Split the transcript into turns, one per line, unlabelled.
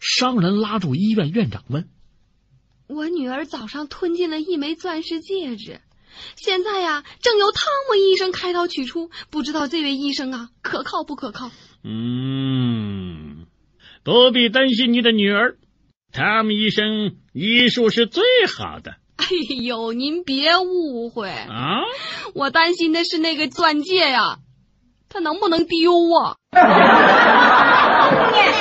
商人拉住医院院长问
我女儿早上吞进了一枚钻石戒指，现在呀、正由汤姆医生开刀取出，不知道这位医生啊可靠不可靠？：“
嗯，不必担心你的女儿，汤姆医生医术是最好的
哎呦，您别误会，
啊。”
我担心的是那个钻戒呀、它能不能丢啊？
姑娘，